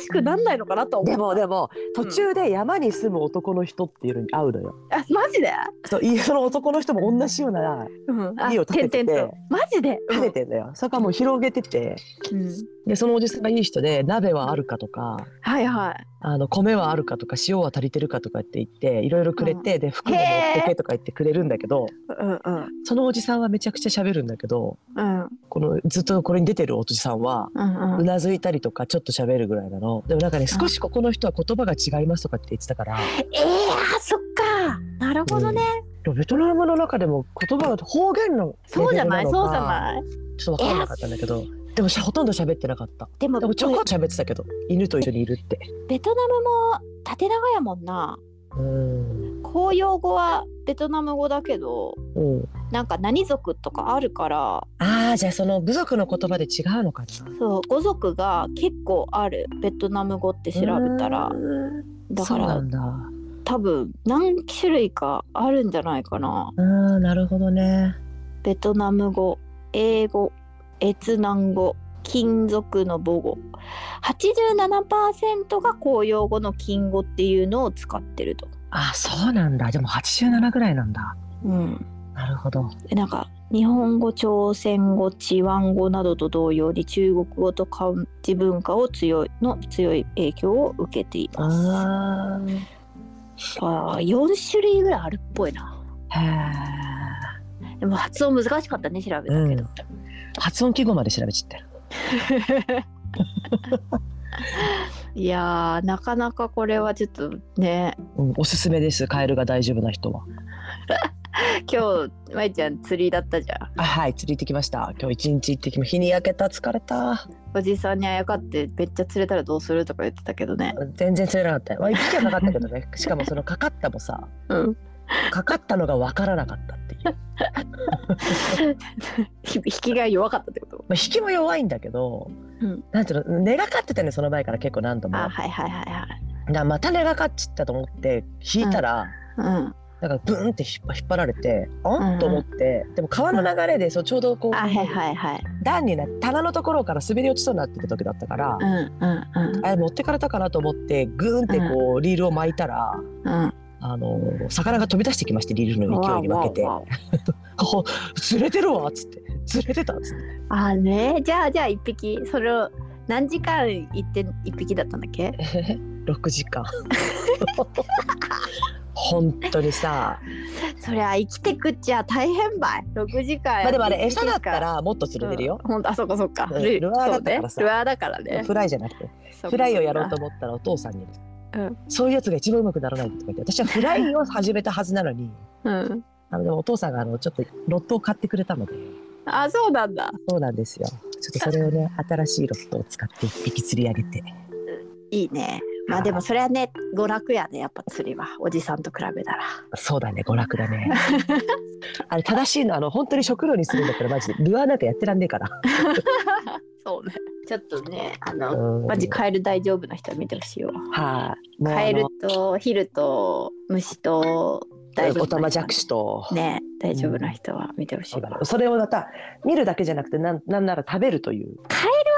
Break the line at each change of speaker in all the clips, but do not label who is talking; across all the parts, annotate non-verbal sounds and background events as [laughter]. しくなんないのかなとは思
で
う。
もでも途中で山に住む男の人っていうのに会うのよ。
あマジで？
そういその男の人も同じような
うん。あ
家を建てて
点々と。マジで？
食べてんだよ。それからもう広げてて
うん。
でそのおじさんがいい人で鍋はあるかとか
はいはい。
あの米はあるかとか塩は足りてるかとかって言っていろいろくれて、で服も持ってけとか言ってくれるんだけど
うんうん
そのおじさんはめちゃくちゃ喋るんだけど
うんうん
このずっとこれに出てるおじさんは。
うん
うなずいたりとかちょっと喋るぐらいなのでもなんかね少しここの人は言葉が違いますとかって言ってたから
えー、あそっかなるほどね、
でもベトナムの中でも言葉が方言の
そうじゃない
レベル
そ
の
うじゃない
ちょっと分かんなかったんだけどでもしほとんど喋ってなかった
でも
でもちょこっと喋ってたけど犬と一緒にいるって
ベトナムも縦長やもんな
うん
公用語はベトナム語だけど
うん
なんか何族とかあるから
ああじゃあその部族の言葉で違うのかな
そう語族が結構あるベトナム語って調べたら
う
だ
そ
か
うな
ら
んだ
多分何種類かあるんじゃないかな
うんなるほどね
ベトナム語英語越南語金属の母語87%が公用語の金語っていうのを使ってると、
あーそうなんだでも87ぐらいなんだ
うん、
なるほど
でなんか日本語朝鮮語チワン語などと同様に中国語と漢字文化を強いの強い影響を受けています
あー
あー4種類ぐらいあるっぽいな
へ
でも発音難しかったね調べたけど、
ー発音記号まで調べちゃってる
いやーなかなかこれはちょっとね
うん、おすすめですカエルが大丈夫な人は
今日まいちゃん釣りだったじゃん
あはい釣り行ってきました今日一日行ってきま日に焼けた疲れた
おじさんにあやかってめっちゃ釣れたらどうするとか言ってたけどね
全然釣れなかったよ、まあ、1匹はかかったけど [laughs] ねしかもそのかかったもさ
うん
かかったのが分からなかった [laughs] っていう、ま
引きが弱かったってこと
あ、引きも弱いんだけど、
うん
なんていうの寝がかってたねその前から結構何度も
あはいはいはいはい
なまた寝がかっちったと思って引いたら、
うん
なんかブーンって引っ引っ張られて
うん
あ
うん
んと思ってでも川の流れでそうちょうどこう、
あはいはいはい
段にな棚のところから滑り落ちそうになってる時だったから
う、んうん
あれ持ってかれたかなと思ってグーンってこうリールを巻いたら、
うん
あの魚が飛び出してきましてリール
うん
の勢いに負けて
わあわあわ
「こ [laughs] う釣れてるわ」っつって「釣れてた」っつって
ああねじゃあじゃあ一匹それを何時間行って一匹だったんだっけ
えへ [laughs] へ6時
[laughs]
間本当にさ
そりゃ生きてくっちゃ大変ばい6時間
まあでもあれ餌だったらもっと釣れてるよ、
ほんとあそっかそっか
うん
ル
ルアーだったからさ
そうねルアーだからね
フライじゃなくてフライをやろうと思ったらお父さんに
うん
「そういうやつが一番うまくならない」とか言って私はフライを始めたはずなのに
とうん
あのでもお父さんがあのちょっとロットを買ってくれたので
あそうなんだ
そうなんですよちょっとそれをね新しいロットを使って一匹釣り上げて。
いいね。まあでもそれはね娯楽やねやっぱ釣りはおじさんと比べたら
そうだね、娯楽
[laughs]
だね。あれ正しいの、あの本当に食料にするんだったら、マジでルアーなんかやってらんねえから。
そうねちょっとねあの
うん
マジカエル大丈夫な人は見てほしいわ
はい、もうあの
カエルとヒルと虫と大丈夫
おたまじゃ
な
く
人
しと。
ね大丈夫な人は見てほしい
そう
わ、
だねそれをまた見るだけじゃなくてなんなんなら食べるという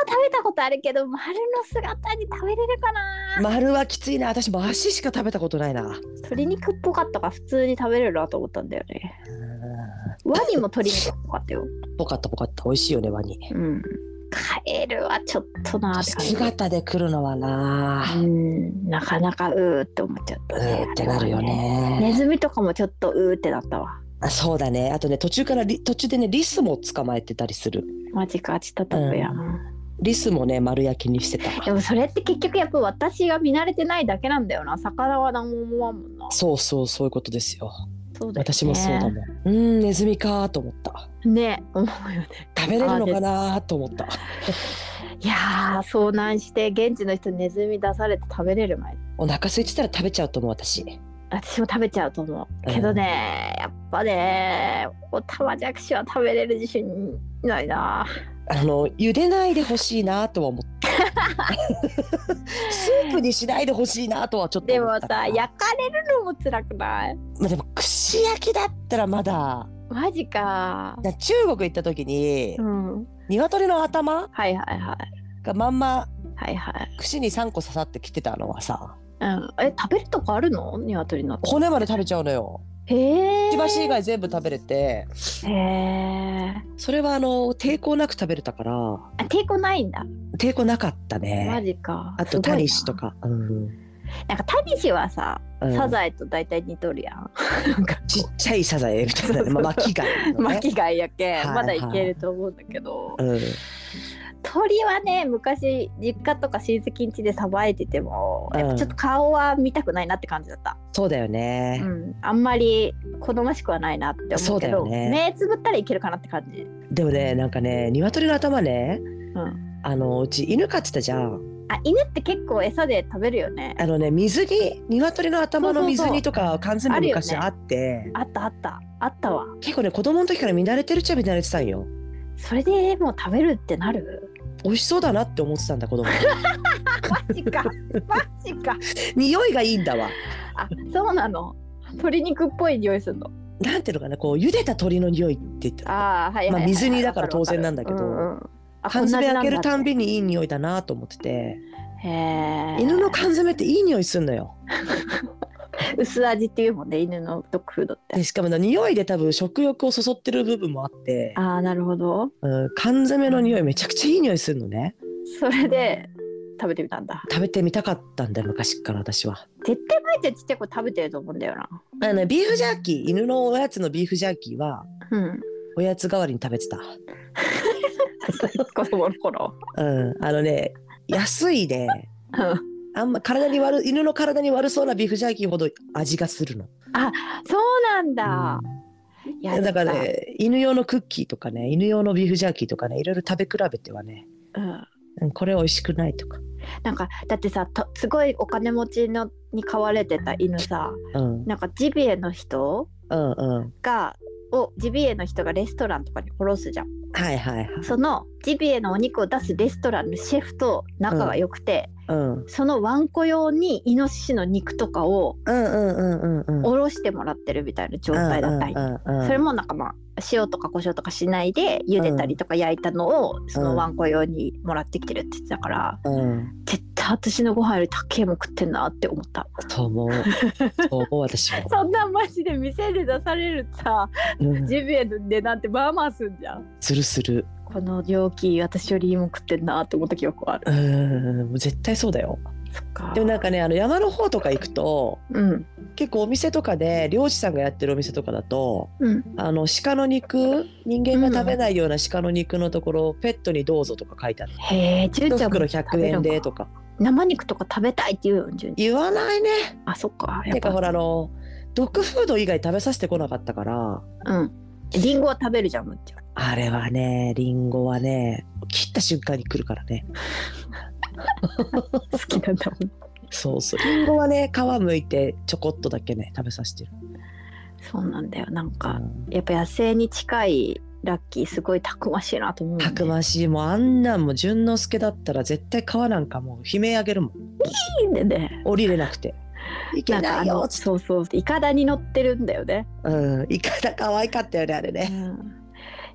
食べたことあるけど丸の姿に食べれるかな
丸はきついな私も足しか食べたことないな
鶏肉っぽかったから普通に食べれるなと思ったんだよねワニも鶏肉っぽかったよ
ぽかったぽかった美味しいよねワニ
うんカエルはちょっとなーって感じ
姿で来るのはな
う、んなかなかうーって思っちゃった
う
ね、
ーってなるよね
ネズミとかもちょっとうーってなったわ
あそうだねあとね途中からリ途中でねリスも捕まえてたりする
マジかちょっと食べやん、
リスもね丸焼きにしてた
でもそれって結局やっぱ私が見慣れてないだけなんだよな魚は何も思わんもんな
そうそうそういうことですよ。
そうだよね
私もそうだもん。うんネズミかーと思った。
ね [laughs] 思うよね
食べれるのかなーと思った。
いやー遭難して現地の人にネズミ出されて食べれる前
お腹空いてたら食べちゃうと思う私。
私も食べちゃうと思うけどね、やっぱねおたまじゃくしは食べれる自信ないな
あの茹でないでほしいなーとは思
[laughs]
った。スープにしないでほしいなーとはちょっと
で
思
も
ったな
さ焼かれるのも辛くない
まあ、でも串焼きだったらまだ。
マジか
だ中国行った時に、
うん
鶏の頭
はいはいはい
がまんま
はいはい。
串に3個刺さってきてたのはさ
うん、え食べるとこあるの？鶏の。
骨まで食べちゃうのよ
へえ。
くちばし以外全部食べれて
へえ。
それはあの抵抗なく食べれたから
あ抵抗ないんだ。
抵抗なかった
マ
ね
ジか。
あ
すご
と
いな
タニシと。か、うん
なんかタニシはさ、
うん
サザエと大体似とるやん。なんか
ちっちゃいサザエみたいな
[laughs] そうそ
ね、
う
まあ、巻き貝のね
巻き貝やけ、
はいはい
まだいけると思うんだけど、
うん、
鳥はね昔実家とか親戚ん家でさばいてても、
うん
やっぱちょっと顔は見たくないなって感じだった、
そうだよ
う
ね、
ん、あんまり好ましくはないなって思うけ
そ
ど
うだよね
目つぶったらいけるかなって感じ、
でもねなんかね鶏の頭ね
うん、
あのうち犬飼ってたじゃん
あ犬って結構餌で食べるよね
あのね水着鶏の頭の水
そうそうそう
着とか缶詰
あるよね
昔あって
あったあったあったわ
結構ね子供の時から見慣れてるっちゃ見慣れてたんよ
それでもう食べるってなる
美味しそうだなって思ってたんだ
[laughs]
子供
マジ
[laughs]
かマジか
匂いがいいんだわ
あそうなの鶏肉っぽい匂いするの
なんていうのかなこう茹でた鶏の匂いって言った
あ
ら
あはいはい、はい、
まあ水煮だから当然なんだけど
わかるわかるうんうんあ
缶詰開けるた
こな味なんだ
ん
って
びにいい匂いだなと思ってて
へー
犬の缶詰っていい匂いすんのよ
薄味っていうもんね犬のドッグフードって
でしかもね匂いで多分食欲をそそってる部分もあって
ああなるほど
うん、缶詰の匂いめちゃくちゃいい匂いするのね
それで食べてみたんだ
食べてみたかったんだよ昔から私は
絶対まいちゃんちっちゃい子食べてると思うんだよな
あのビーフジャーキー犬のおやつのビーフジャーキーは
うん
[laughs] おやつ代わりに食べてた、
子供の頃
うん、あのね安いで
うん
あんま体に悪い犬の体に悪そうなビーフジャーキーほど味がするの、
そうなんだ、い
うんだから、ね犬用のクッキーとかね犬用のビーフジャーキーとかねいろいろ食べ比べてはね
でもさ
うんこれ美味しくないとか、
うん、なんかだってさとすごいお金持ちのに飼われてた犬さ
うん、
なんかジビエの人
うんうん
がをジビエの人がレストランとかに卸すじゃん
はいはいはい
そのジビエのお肉を出すレストランのシェフと仲が良くて、
うん
そのワンコ用にイノシシの肉とかを
うんうんうんうんうん
おろしてもらってるみたいな状態だったり、
うんうんうんうん
それもなんかまあ塩とか胡椒とかしないで茹でたりとか焼いたのをそのワンコ用にもらってきてるって言ってたから、
うん
絶対私のご飯より高えもん食ってんなって思った
と思う。そう思う私
[laughs]
も。
そんなマジで店で出されるさ
うん
ジビエの値段ってまあまあすんじゃん
するする。
この料金私よりいいもん食ってんなって思った記憶はある
うん、絶対そうだよ。
そっか
でもなんかね、あの山の方とか行くと、
うん
結構お店とかで漁師さんがやってるお店とかだと、
うん
あの鹿の肉、人間が食べないような鹿の肉のところ、ペットにどうぞとか書いてある。
へえ純
一
ちゃんも
袋
食
100
べる
円
ん
で
か
とか。
生肉とか食べたいって言うよ純ちゃん
言わないね。
あそっかやって
か
ぱ
ほらあの、ドッグフード以外食べさせてこなかったから、
うんリンゴは食べるじゃんむっちゃん
あれはね、リンゴはね、切った瞬間に来るからね。
好きなんだもん
そうそう。リンゴはね、皮むいてちょこっとだけね、食べさせてる。
そうなんだよなん
う
か
ん
やっぱ野生に近いラッキーすごいたくましいなと思う、ね、
たくましい。もうあんなんもう淳之介だったら絶対皮なんかもう悲鳴あげるもん。
いいんでね
降りれなく [laughs] て。いけ
なんか
な
あ
いよ
の
つっ
そうそうイカダに乗ってるんだよね、
てうん。いかだ可愛かったよね、あれね。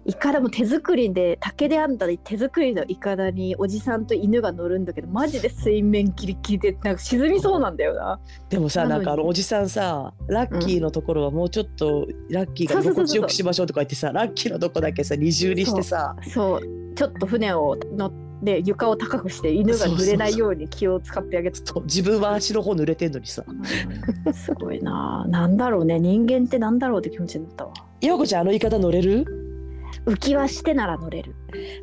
イカダも手作りで竹で編んだ手作りのイカダにおじさんと犬が乗るんだけどマジで水面ギリギリでなんか沈みそうなんだよな
でもさ、
なの
な
に
んかあのおじさんさ、ラッキーのところはもうちょっとラッキーが居心地よくしましょうとか言ってさ、ラッキーのとこだけさ、二重にしてさ、
そうちょっと船を乗って床を高くして犬が濡れないように気を使ってあげて
そう自分は足の方濡れてんのにさ。
うんすごいなあ。なんだろうね。人間ってなんだろうって気持ちになったわ。
ようこちゃん、あの言い方乗れる
浮き輪してなら乗れる。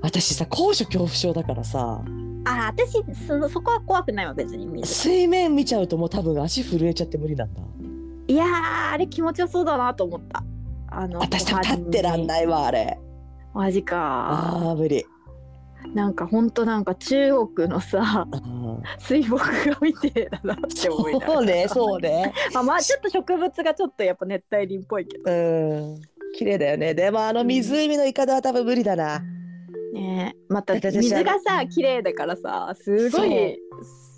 私さ、高所恐怖症だからさ、
ああ、私そのそこは怖くないわ別に水。
水面見ちゃうともう多分足震えちゃって無理なんだ。
いやーあれ気持ちよそうだなと思った。あの
私多分立ってらん
い。
ないわあれ
マジか。
あー無理
なんか本当なんか中国のさ [laughs]
あー
水墨画みてえだなって思いながら。
そうねそうね
まあまあちょっと植物がちょっとやっぱ熱帯林っぽいけど。
うん綺麗だよねでもあの湖のイカダは多分無理だな、
ねえまた
だって私
水がさ綺麗だからさすごい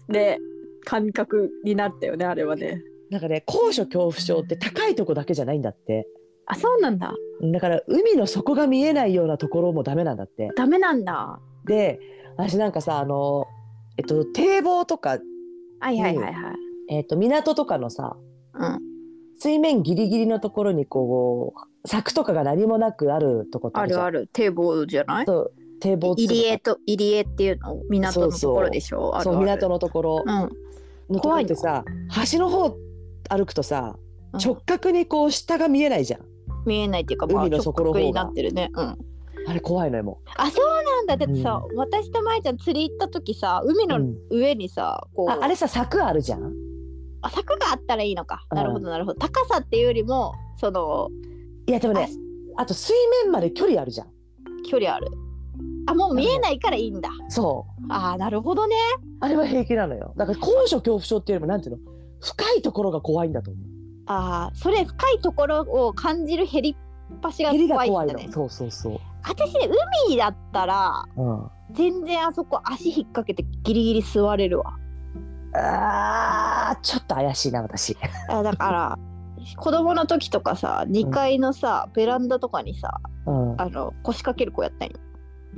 ね感覚になったよねあれはね。
なんかね高所恐怖症って高いとこだけじゃないんだって
あそうなんだ
だから海の底が見えないようなところもダメなんだって
ダメなんだ。
で私なんかさあのえっと、堤防とか、
はいはいはいはい。
えっと、港とかのさ
うん、
水面ギリギリのところにこう柵とかが何もなくあるとこって
あるあ
る
る堤防じゃ
じゃ
なんい
そう堤防っていうの
入江と入江っていうの港のところでしょ
そう
あるある
港のところ
うん
のところってさ橋の方歩くとさ
うん
直角にこう下が見えないじゃん
見えないっていうか、まあ、
海の
直
底の方
角
が
になってるね、うん、
あれ怖いのよも
あそうなんだだってさ、私とまえちゃん釣り行った時さ海
う、う
の
ん
上にさ、こう
ああれさ柵あるじゃん
あ柵があったらいいのか
うん
なるほどなるほど高さっていうよりもその
いやでもねあと水面まで距離あるじゃん
距離あるあもう見えないからいいんだ
そう
あーなるほどね
あれは平気なのよだから高所恐怖症っていうよりもなんていうの深いところが怖いんだと思う
あーそれ深いところを感じるヘリっ端が
蹴りが
怖い
怖
ん
い
だ
の
ね
そうそうそ
私ね海だったら
う、うん、あ
全然あそこ足引っ掛けてギリギリ座れるわ
あーちょっと怪しいな私
あだから [laughs] 子供の時とかさ2階のさ、ベランダとかにさ
うんはい
あの腰掛ける子やったんよ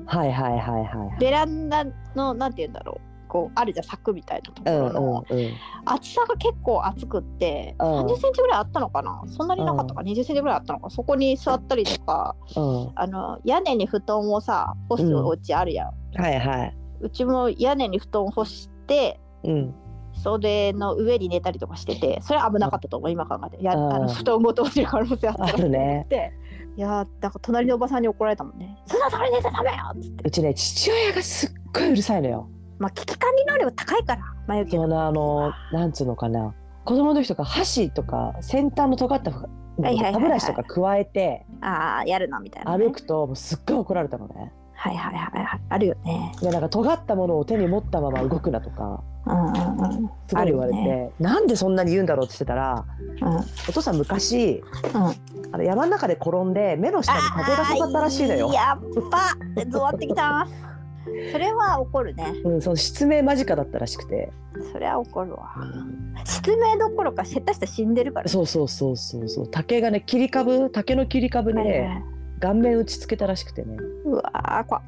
はいはいはい
ベランダのなんて言うんだろうこうあるじゃん柵みたいなとこ
う
ろ
ん
の、
うんうん
厚さが結構厚くって、
うん
30センチぐらいあったのかなそんなになかったか、20センチぐらいあったのかそこに座ったりとか
うんは
あの屋根に布団をさ干すお家あるやん、
いは
うちも屋根に布団干して
いうん
それの上に寝たりとかしててそれは危なかったと思う今考えてや
うん
あの布団ごと落ちる可能性あった
あるね
でいやーなんか隣のおばさんに怒られたもんね「そんなところに寝ちゃダメよ!」っつって
うちね父親がすっごいうるさいのよ
まあ危機管理能力高いから眉毛
そのあのなんつうのかな子供の時とか箸とか先端の尖ったの
は
と
いはいはいは
か
い
歯ブラシとか加えて
ああやるなみたいなね、
歩くともうすっごい怒られたのね
はいはいはいはいあるよね
でなんか尖ったものを手に持ったまま動くなとか
うんうんうん
すごい言われて、
あるよ
なんでそんなに言うんだろうって言ってたら
うん
お父さん昔
うん
あの山の中で転んで目の下に風が刺さったらしいのよ
あー。やっぱゾワってきた。それは怒るね。
うん、その失明間近だったらしくて、
それは怒るわ。失明どころか下手したら死んでるから。
そうそうそうそうそう竹がね切り株竹の切り株にね、
はいはい
顔面打ちつけたらしくてね、
うわー怖っ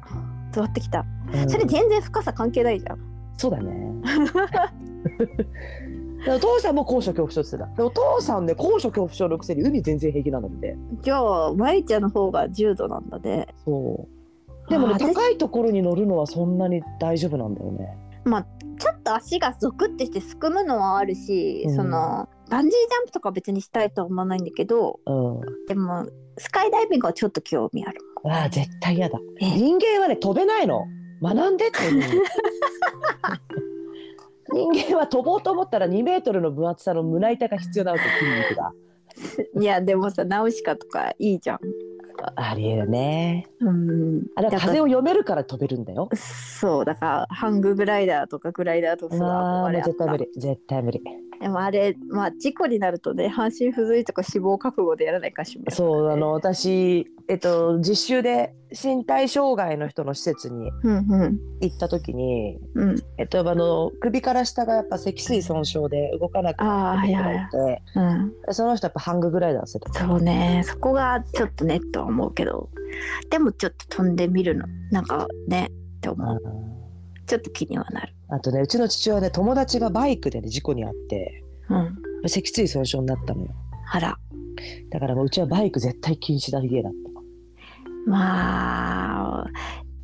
ゾワってきた。
うん
それ全然深さ関係ないじゃん。
そうだ
[laughs]
ねでお父さんも高所恐怖症って言ってたでお父さんね高所恐怖症のくせに海全然平気なのって
じゃあまゆちゃんの方が重度なんだね。
そうでもね
あー私
高いところに乗るのはそんなに大丈夫なんだよね
ちょっと足がゾクってしてすくむのはあるし、
うん
そのバンジージャンプとかは別にしたいとは思わないんだけど、
うん
でもスカイダイビングはちょっと興味ある。
あー絶対嫌だ
ええ
人間はね飛べないの学んでって
[laughs]
いうの人間は飛ぼうと思ったら2メートルの分厚さの胸板が必要なわけ筋肉が
いやでもさナウシカとかいいじゃん。
ありえるね
うん。
あれは
だから
風を読めるから飛べるんだよ
そうだからハンググライダーとかグライダーとか
あ
そう
あ
憧
ー
れ
も
あ
う
った
絶対無理絶対 [laughs] 無理
でもあれまあ事故になるとね半身不随とか死亡覚悟でやらないかしら
そうあの私、えっと、実習で身体障害の人の施設に
うんうん
行った時に、
うん
えっと、あの首から下がやっぱ脊椎損傷で動かなくなってる人がいて、
うん
その人やっぱハンググライダーしてた
そうねそこがちょっとねとは思うけどでもちょっと飛んでみるのなんかねって思うちょっと気にはなる
あとねうちの父親ね友達がバイクで、ね、事故に遭って
うん
脊椎損傷になったのよ
あら
だからもううちはバイク絶対禁止だ家だっ
まあ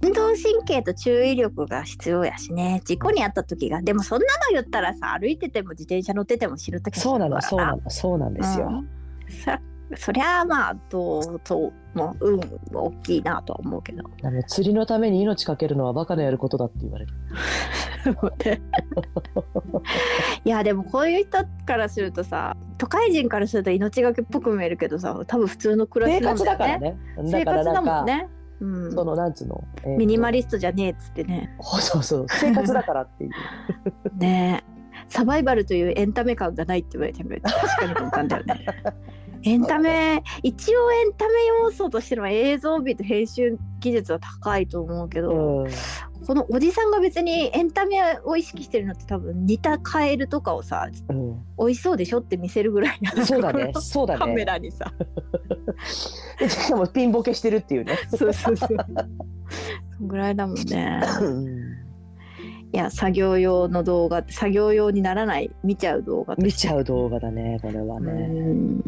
運動神経と注意力が必要やしね事故に遭った時がでもそんなの言ったらさ歩いてても自転車乗ってても死ぬ時
た
は
そうな
死ぬか
の
ら
そうなのそうなんですよ、
うんそそりゃあまあどうとも運も大きいなとは思う
[laughs]
けど
だからもう釣りのために命かけるのはバカのやることだって言われる
いやでもこういう人からするとさ都会人からすると命がけっぽく見えるけどさ多分普通の暮ら
生
しなん
活だか
だ
ら
よね
ね
生
だから
活
な
だ
ん
も
か
んね、うん、
そのなんつうの、えーと
ミニマリストじゃねえっつってね
そうそうそう生活だからっていう
ねえサバイバルというエンタメ感がないって言われても確かに簡単だよ
[laughs]
ねエンタメ一応エンタメ要素としての映像美と編集技術は高いと [laughs] 思うけど、
うん
このおじさんが別にエンタメを意識してるのって多分似たカエルとかをさ
う
美味しそうでしょって見せるぐらい
ん、
な
そう
[laughs]
だね
この
そうだ
カメ
ね
ラにさ
でしかもピンボケし
[laughs]
てるっていうね
そうそうそうそんぐらいだもんね
うん
いや作業用の動画って作業用にならない見ちゃう動画
見ちゃう動画だねこれは
う
ね、
ん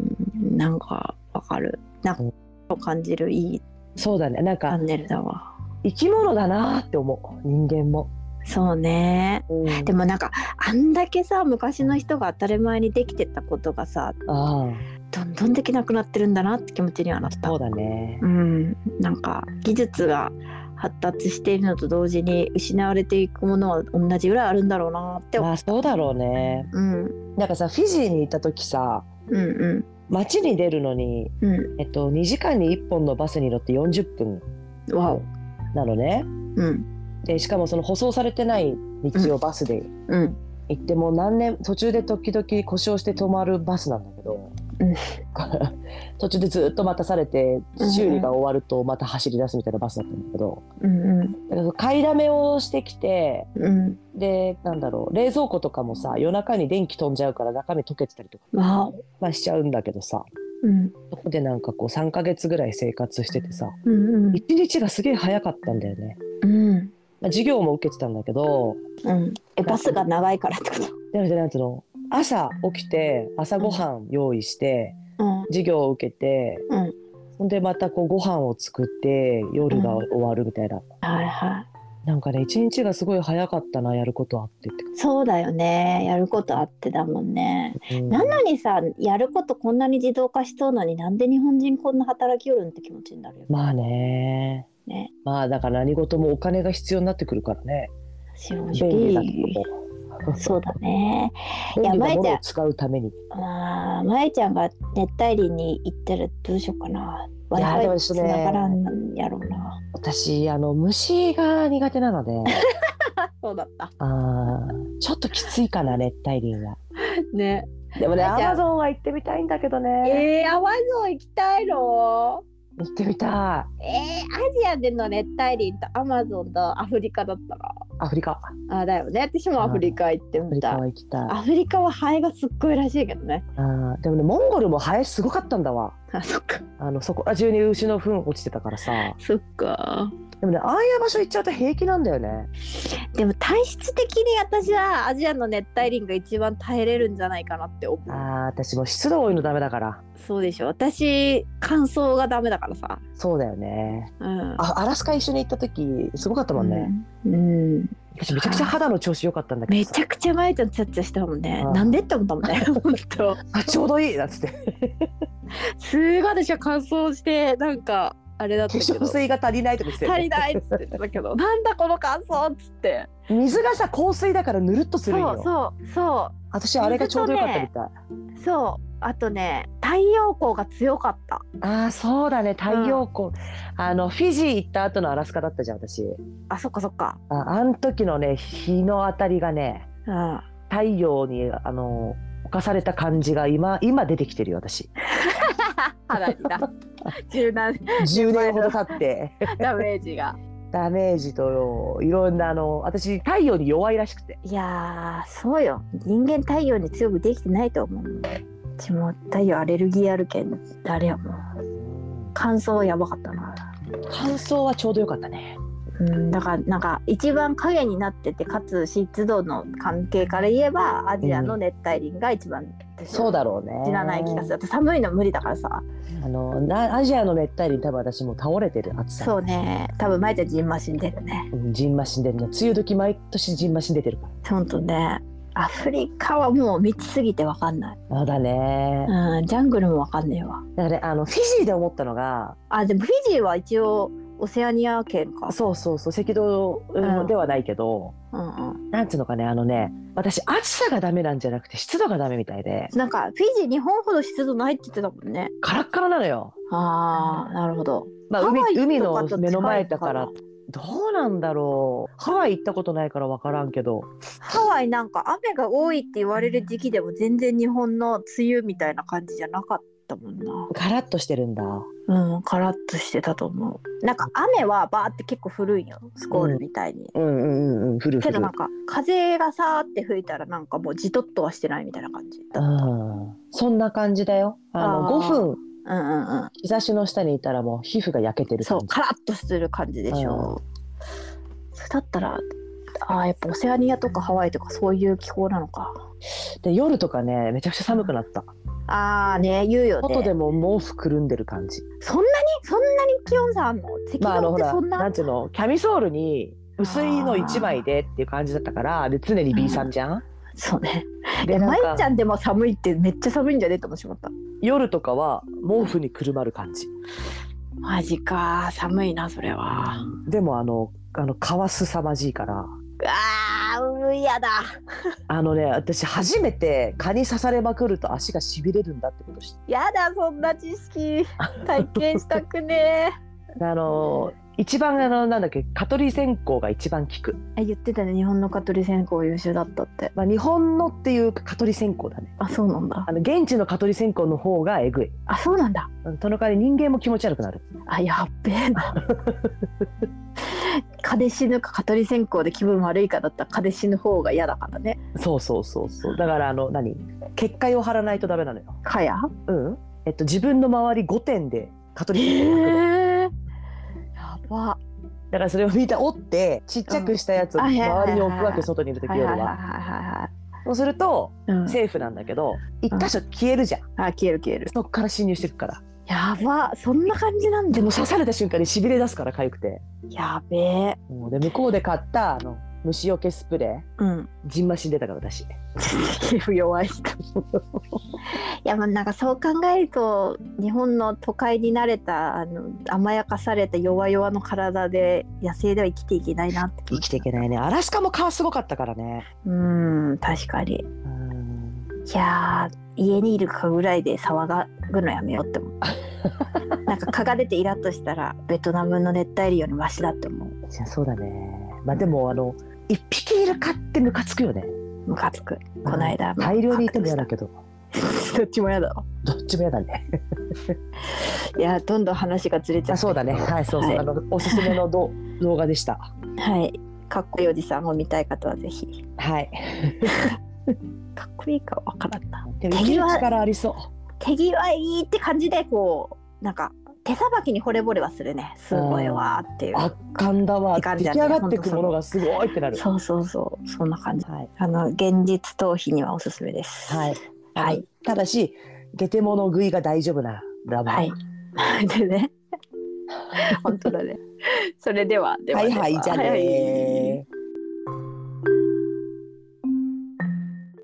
なんかわかるなんか感じるいい
そうだねなん
チャ
か
ンネルだわ
生き物だなって思う人間も、
そうね
うん
でもなんかあんだけさ昔の人が当たり前にできてたことがさ
あ
どんどんできなくなってるんだなって気持ちにはなっ
あ
た
そうだね
うん、なんか技術が発達しているのと同時に失われていくものは同じぐらいあるんだろうなって思う、
まあそうだろうね
うん
なんかさフィジーに行った時さ
うん
街に出るのに、
うんう
えっと、2時間に1本のバスに乗って40分
んわお
なのね
うん
でしかもその舗装されてない道をバスで
うん
行ってもう何年途中で時々故障して止まるバスなんだけど、
うん
[laughs] 途中でずっと待たされて修理が終わるとまた走り出すみたいなバスだったんだけど
うんうん
だから買いだめをしてきて
うん
でなんだろう冷蔵庫とかもさ夜中に電気飛んじゃうから中身溶けてたりとか、
わお
まあ、しちゃうんだけどさ
うん
そこでなんかこう3ヶ月ぐらい生活しててさ
うんうん
1日がすげえ早かったんだよね。
うん
まあ、授業も受けてたんだけど
うんえバスが長いからってこ
でもなんつうの朝起きて朝ごはん用意して
とうん
授業を受けて
うん
ほんでまたこうご飯を作って夜が終わるみたいな、
はいは
なんかね一日がすごい早かったなやることあってって
いそうだよねやることあってだもんね、
うん
なのにさやることこんなに自動化しそうなのになんで日本人こんな働きよるんって気持ちになるよ
まあね
ね
まあだから何事もお金が必要になってくるからね
正
便利なも
直そうだね。
の
や
便利なも
前じ
の
ゃ
を使うために
まあ、まえちゃんが熱帯林に行ったらどうしようかな。
いやー
Wi-Fi
でもちょっ
つ
とね
ながらんやろうな。
私あの虫が苦手なので
[laughs] そうだった。
あーちょっときついかな熱帯林は
ね。
でもね
あ
ア
じゃあ
マゾンは行ってみたいんだけどね、
えー、アマゾン行きたいの
行ってみた
えー、アジアでの熱帯林とアマゾンとアフリカだったら。
いアフリカ
あ、だよね。私もアフリカ行って
アフ
み
リカ
た。
はい行きたい
アフリカはハエがすっごいらしいけどね。
あーでもねモンゴルもハエすごかったんだわ
あ、そっか。
あのそこら中に牛の糞落ちてたからさ
そっか。
でもねああいう場所行っちゃうと平気なんだよね
でも体質的に私はアジアの熱帯林が一番耐えれるんじゃないかなって思う
あ。ー私もう湿度多いのダメだから
そうでしょ私乾燥がダメだからさ、
そうだよね
うん、
あアラスカ一緒に行った時すごかったもんね、
うん、うん
私めちゃくちゃ肌の調子良かったんだけ
め
どさ
ちゃくちゃまゆちゃんちゃっちゃしたもんね
ああ
なんでって思ったもんね [laughs] 本当
あちょうどいいなっつって
すごい私は乾燥してなんかあれだっ
化
たけど
粧
足
水が足りないとか言ってたよ
り
ね
ないっつって言ってたけどなんだこの乾燥っつって
[laughs] 水がさ香水だからぬるっとするん
そう
よ
そうそ
私あれがちょうど良かったみたい、
うそうあとね太陽光が強かった
ああそうだね太陽光、あのフィジー行った後のアラスカだったじゃん私
あそっかそっか
ああん時のね日の当たりがね
うん
太陽にあの侵された感じが今今出てきてるよ私
[laughs] 肌にな [laughs] 柔軟
10年ほど経って
[laughs] ダメージが
ダメージといろんなあの私太陽に弱いらしくて
いやーそうよ人間太陽に強くできてないと思ううちも太陽アレルギーあるけんあれやもん乾燥やばかったな
乾燥はちょうどよかったね
うんだからなんか一番影になっててかつ湿度の関係から言えばアジアの熱帯林が一番、
そうだろうね
知らない気がするだって寒いの無理だからさ
あのなアジアの熱帯に多分私もう倒れてる暑さ
そうね多分舞ちゃんジンマシン出るね
うんジンマシン出るね梅雨時毎年ジンマシン出てるか
ほんとねアフリカはもう道すぎてわかんない、
らそうだね、
うん、ジャングルもわかんねえわ
だからねあのフィジーで思ったのが
あでもフィジーは一応オセアニア圏か
そうそうそう赤道うん
うん
ではないけど、
うんうん
なんつうのかねあのね私暑さがダメなんじゃなくて湿度がダメみたいで
なんかフィジー日本ほど湿度ないって言ってたもんね。
カラッカラなのよ、
ああ、なるほど。
まあ、
ハワイ
海
とか
海
と近
の
い
目の前だからどうなんだろうハワイ行ったことないから分からんけど
ハワイなんか雨が多いって言われる時期でも全然日本の梅雨みたいな感じじゃなかったもん
カラッとしてるんだ
な。うん、カラッとしてたと思う。なんか雨はバーって結構降るんよ、スコールみたいに。
うんうんうんうんふるふ
け
る
どなんか風がさーって吹いたらなんかもうじとっとはしてないみたいな感じ。
うんそんな感じだよあの
あー
5分
うんうんうん。
日差しの下にいたらもう皮膚が焼けてる
そ
感
う、
じ
カラッとする感じでしょ。それだったらああやっぱオセアニアとかハワイとかそういう気候なのか
で夜とかねめちゃくちゃ寒くなった
ああね言うよ
外
ね
でも毛布くるんでる感じ
そんなにそんなに気温差あんの
まああ
赤
の
道っ
ほ
て
ら
そんな、
なんていうのキャミソールに薄いの1枚でっていう感じだったからで常に B さんじゃん、
そうね
で
え
な
ま
ん
い
か
ちゃんでも寒いってめっちゃ寒いんじゃねえと思ってしまった
夜とかは毛布にくるまる感じ
マジか寒いなそれは
でもあのあのかわすさまじいから
あーうんやだ
あのね私初めて蚊に刺されまくると足がしびれるんだってこと知っ
やだそんな知識体験したくね
てあの一番あのなんだっけ蚊取り線香が一番効く、
[laughs] ええ言ってたね日本の蚊取り線香優秀だったって
まあ、日本のっていうか蚊取り線香だね
あそうなんだ
あの現地の蚊取り線香の方がえぐい
あそうなんだ
うんその代わり人間も気持ち悪くなる
あやっべえな蚊で死ぬか蚊取り線香で気分悪いかだったら蚊で死ぬ方が嫌だからね
そうそうそうそうだからあの何結界を張らないとダメなのよ
蚊や
うんえっと自分の周り5点で蚊取り線香が来るの
えー、やば
だからそれを見た折ってちっちゃくしたやつを
うんあはいはいはいはい
周りに置くわけ外にいる時
はい
夜
はいはいはい
は
は
そうすると
い、うん、
セーフなんだけど一箇所消えるじゃん
あ消える消える
そっから侵入してくから
やばそんな感じなんだ
でも刺された瞬間にしびれ出すから痒くて
やべえ
もうで向こうで買ったあの虫除けスプレ
うん
ーじんましんでたから私
皮膚弱 [laughs] い人 [laughs] いやまあなんかそう考えると日本の都会に慣れたあの甘やかされた弱々の体で野生では生きていけないなって気
生
持ち
きていけないねアラスカも蚊すごかったからね
うん確かに
うん
いやー家にいるかぐらいで騒ぐのやめようって思
[laughs]
うなんか蚊が出てイラッとしたらベトナムの熱帯林よりマシだって思う
いやそうだねまあでもあの一匹いる蚊ってムカつくよね
ムカつくこの間
大量にいても嫌だけど
[laughs] どっちも嫌だわ
どっちも嫌だね
いやどんどん話がずれちゃ
あ
って
そうだねはいそうそう、
はい
あのおすすめのど動画でした
はいかっこいいおじさんを見たい方はぜひ
はい
かっこいいかわからんな
でも生きる力ありそう
手際いいって感じでこうなんか手さばきに惚れ惚れはするねすごいわーっていう
圧巻だわ
って感
出
じ
来
だね
上がってくものがすごいってなる
そうそうそうそんな感じ
はい、
あの現実逃避にはおすすめです
はい
は
はいい、ただし下手物食いが大丈夫なラバー、
はい。 [laughs]
[laughs]
でね。本当だね。それでは、では
は
で
い
は
はいじゃあねー
はい